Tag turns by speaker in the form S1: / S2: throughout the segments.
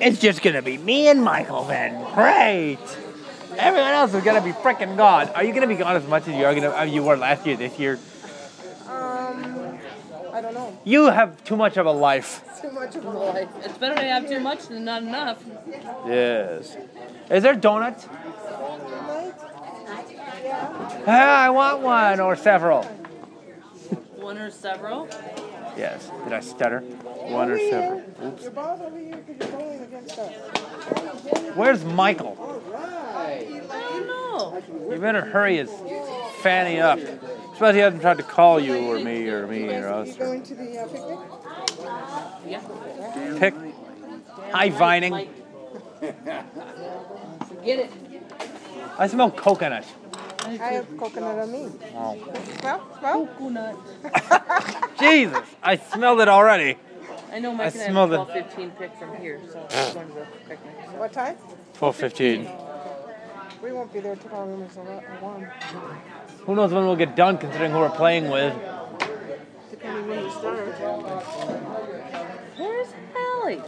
S1: It's just gonna be me and Michael then. Great. Everyone else is gonna be freaking gone. Are you gonna be gone as much as you are gonna uh, you were last year this year?
S2: Um, I don't know.
S1: You have too much of a life.
S2: Too much of a life.
S3: It's better to have too much than not enough.
S1: Yes. Is there donuts?
S2: Tonight? Yeah.
S1: Ah, I want one or several.
S3: One or several.
S1: Yes. Did I stutter? One
S2: Over
S1: or several.
S2: here. Your ball's over here because you're bowling against us.
S1: Where's Michael?
S2: All right.
S3: I don't know.
S1: You better hurry his fanny up. Suppose he hasn't tried to call you or me or me or
S2: Are you
S1: us. Or
S2: going to the uh, picnic?
S3: Yeah.
S1: pick. Hi, Vining.
S3: Like, Get it.
S1: I smell coconut.
S2: I have coconut on me.
S1: Oh.
S2: Well, well.
S3: Coconut.
S1: Jesus, I smelled it already.
S3: I know Mike
S1: I
S3: and I
S1: smell
S3: have
S1: the-
S3: a 1215 pick from here, so I'm going to the picnic.
S2: What time?
S1: 12:15.
S2: We won't be there tomorrow. Room is a lot warm.
S1: Who knows when we'll get done, considering who we're playing with.
S2: Depending when you start.
S3: Where's Hallie?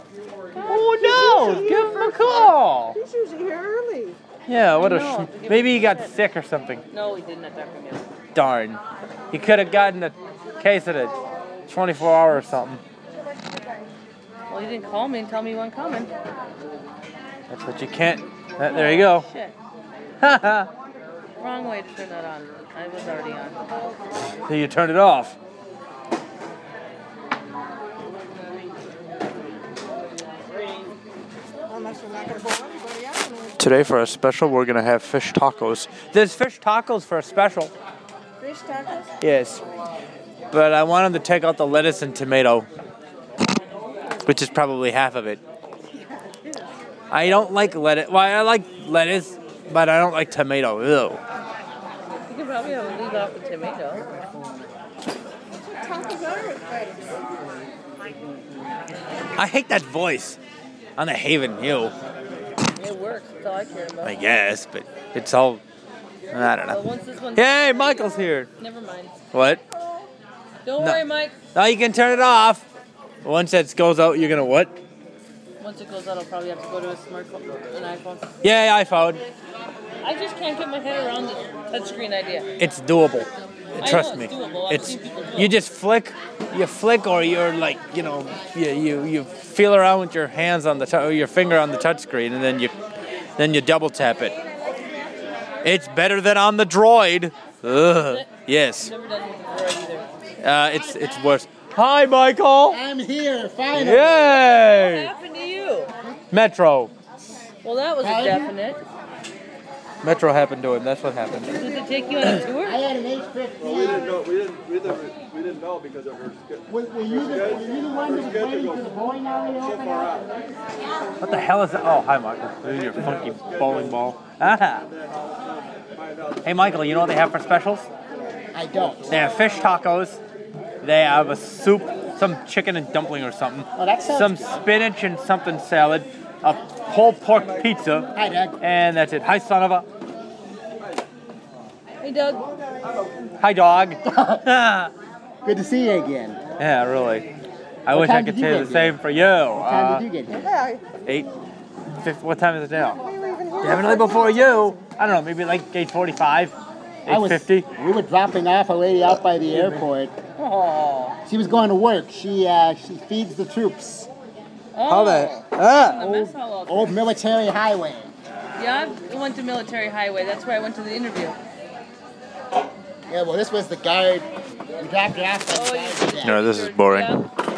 S1: Who knows? Give him a call.
S2: He's usually here early.
S1: Yeah, what a.
S3: I know.
S1: Sh- maybe he got sick or something.
S3: No, he didn't at that premiere.
S1: Darn. He could have gotten a case at a 24 hour or something.
S3: Well, he didn't call me and tell me he wasn't coming.
S1: That's what you can't. that- there you go.
S3: Shit. Wrong way to turn that on. I was already on.
S1: So you turn it off.
S2: Unless you're not going to bowl anybody out. and
S4: Today for a special, we're gonna have fish tacos.
S1: There's fish tacos for a special.
S2: Fish tacos?
S1: Yes. But I want him to take out the lettuce and tomato, which is probably half of it. I don't like lettuce. Well, I like lettuce, but I don't like tomato. Ew.
S3: You can probably have a lead off with tomato.
S2: Tacos are with lettuce.
S1: I hate that voice on the Haven Hill,
S3: It works. That's all I care about.
S1: I guess, but it's all. I don't
S3: Well,
S1: know.
S3: once this one's
S1: Yay, Michael's here.
S3: Never mind.
S1: What?
S3: Don't
S1: No.
S3: worry, Mike.
S1: Now you can turn it off. Once that goes out, you're gonna what?
S3: Once it goes out, I'll probably have to go to a smartphone, an iPhone.
S1: Yay, iPhone.
S3: I just can't get my head around the touchscreen idea.
S1: It's doable.
S3: it's
S1: Trust me.
S3: doable. I've
S1: It's
S3: seen people do it.
S1: you just flick, you flick, or you're like you know you you, you feel around with your hands on the tou- or your finger on the touchscreen, and then you then you double tap it. It's better than on the droid. Ugh. Yes.
S3: Never done it before either.
S1: Uh, it's it's worse. Hi, Michael.
S5: I'm here, finally.
S3: What
S1: Yay!
S3: happened to you?
S1: Metro.
S3: Well, that was a
S5: Pardon?
S3: definite.
S1: Metro happened to him. That's what happened.
S3: Did they take you on a
S5: I
S3: tour?
S5: had an H fifteen.
S6: No, we didn't, we didn't, we didn't know because of her schedule.
S5: Were, were you the, were you the one that was waiting for the bowling alley to open up?
S1: What the hell is that? Oh, hi, Michael. There's your funky bowling ball. Ah. Hey, Michael. You know what they have for specials?
S5: I don't.
S1: They have fish tacos. They have a soup, some chicken and dumpling or something.
S5: Oh, that sounds
S1: some
S5: good.
S1: spinach and something salad, a whole pork pizza,
S5: Hi, Doug.
S1: and that's it. Hi, son of a.
S3: Hey, Doug.
S1: Hi, dog.
S5: Good to see you again.
S1: yeah, really. I wish I
S5: time
S1: could
S5: did you
S1: say
S5: get
S1: the same for you. Uh,
S5: How did you get here?
S2: Yeah,
S1: eight. Fif- what time is it now?
S2: we were even here.
S1: Definitely before you. I don't know, maybe like 8:45,
S5: I was-
S1: 8:50.
S5: We were dropping off a lady out by the airport.
S3: Oh.
S5: She was going to work. She uh, she feeds the troops.
S3: How
S1: Ah.
S3: Oh. The mess hall out there.
S5: Old military highway.
S3: Yeah, I went to Military Highway. That's where I went to the interview.
S5: Yeah, well, this was the guard. We dropped it off. by the
S3: Oh,
S5: guard
S3: you
S5: today.
S4: No, this is boring.
S3: Yeah.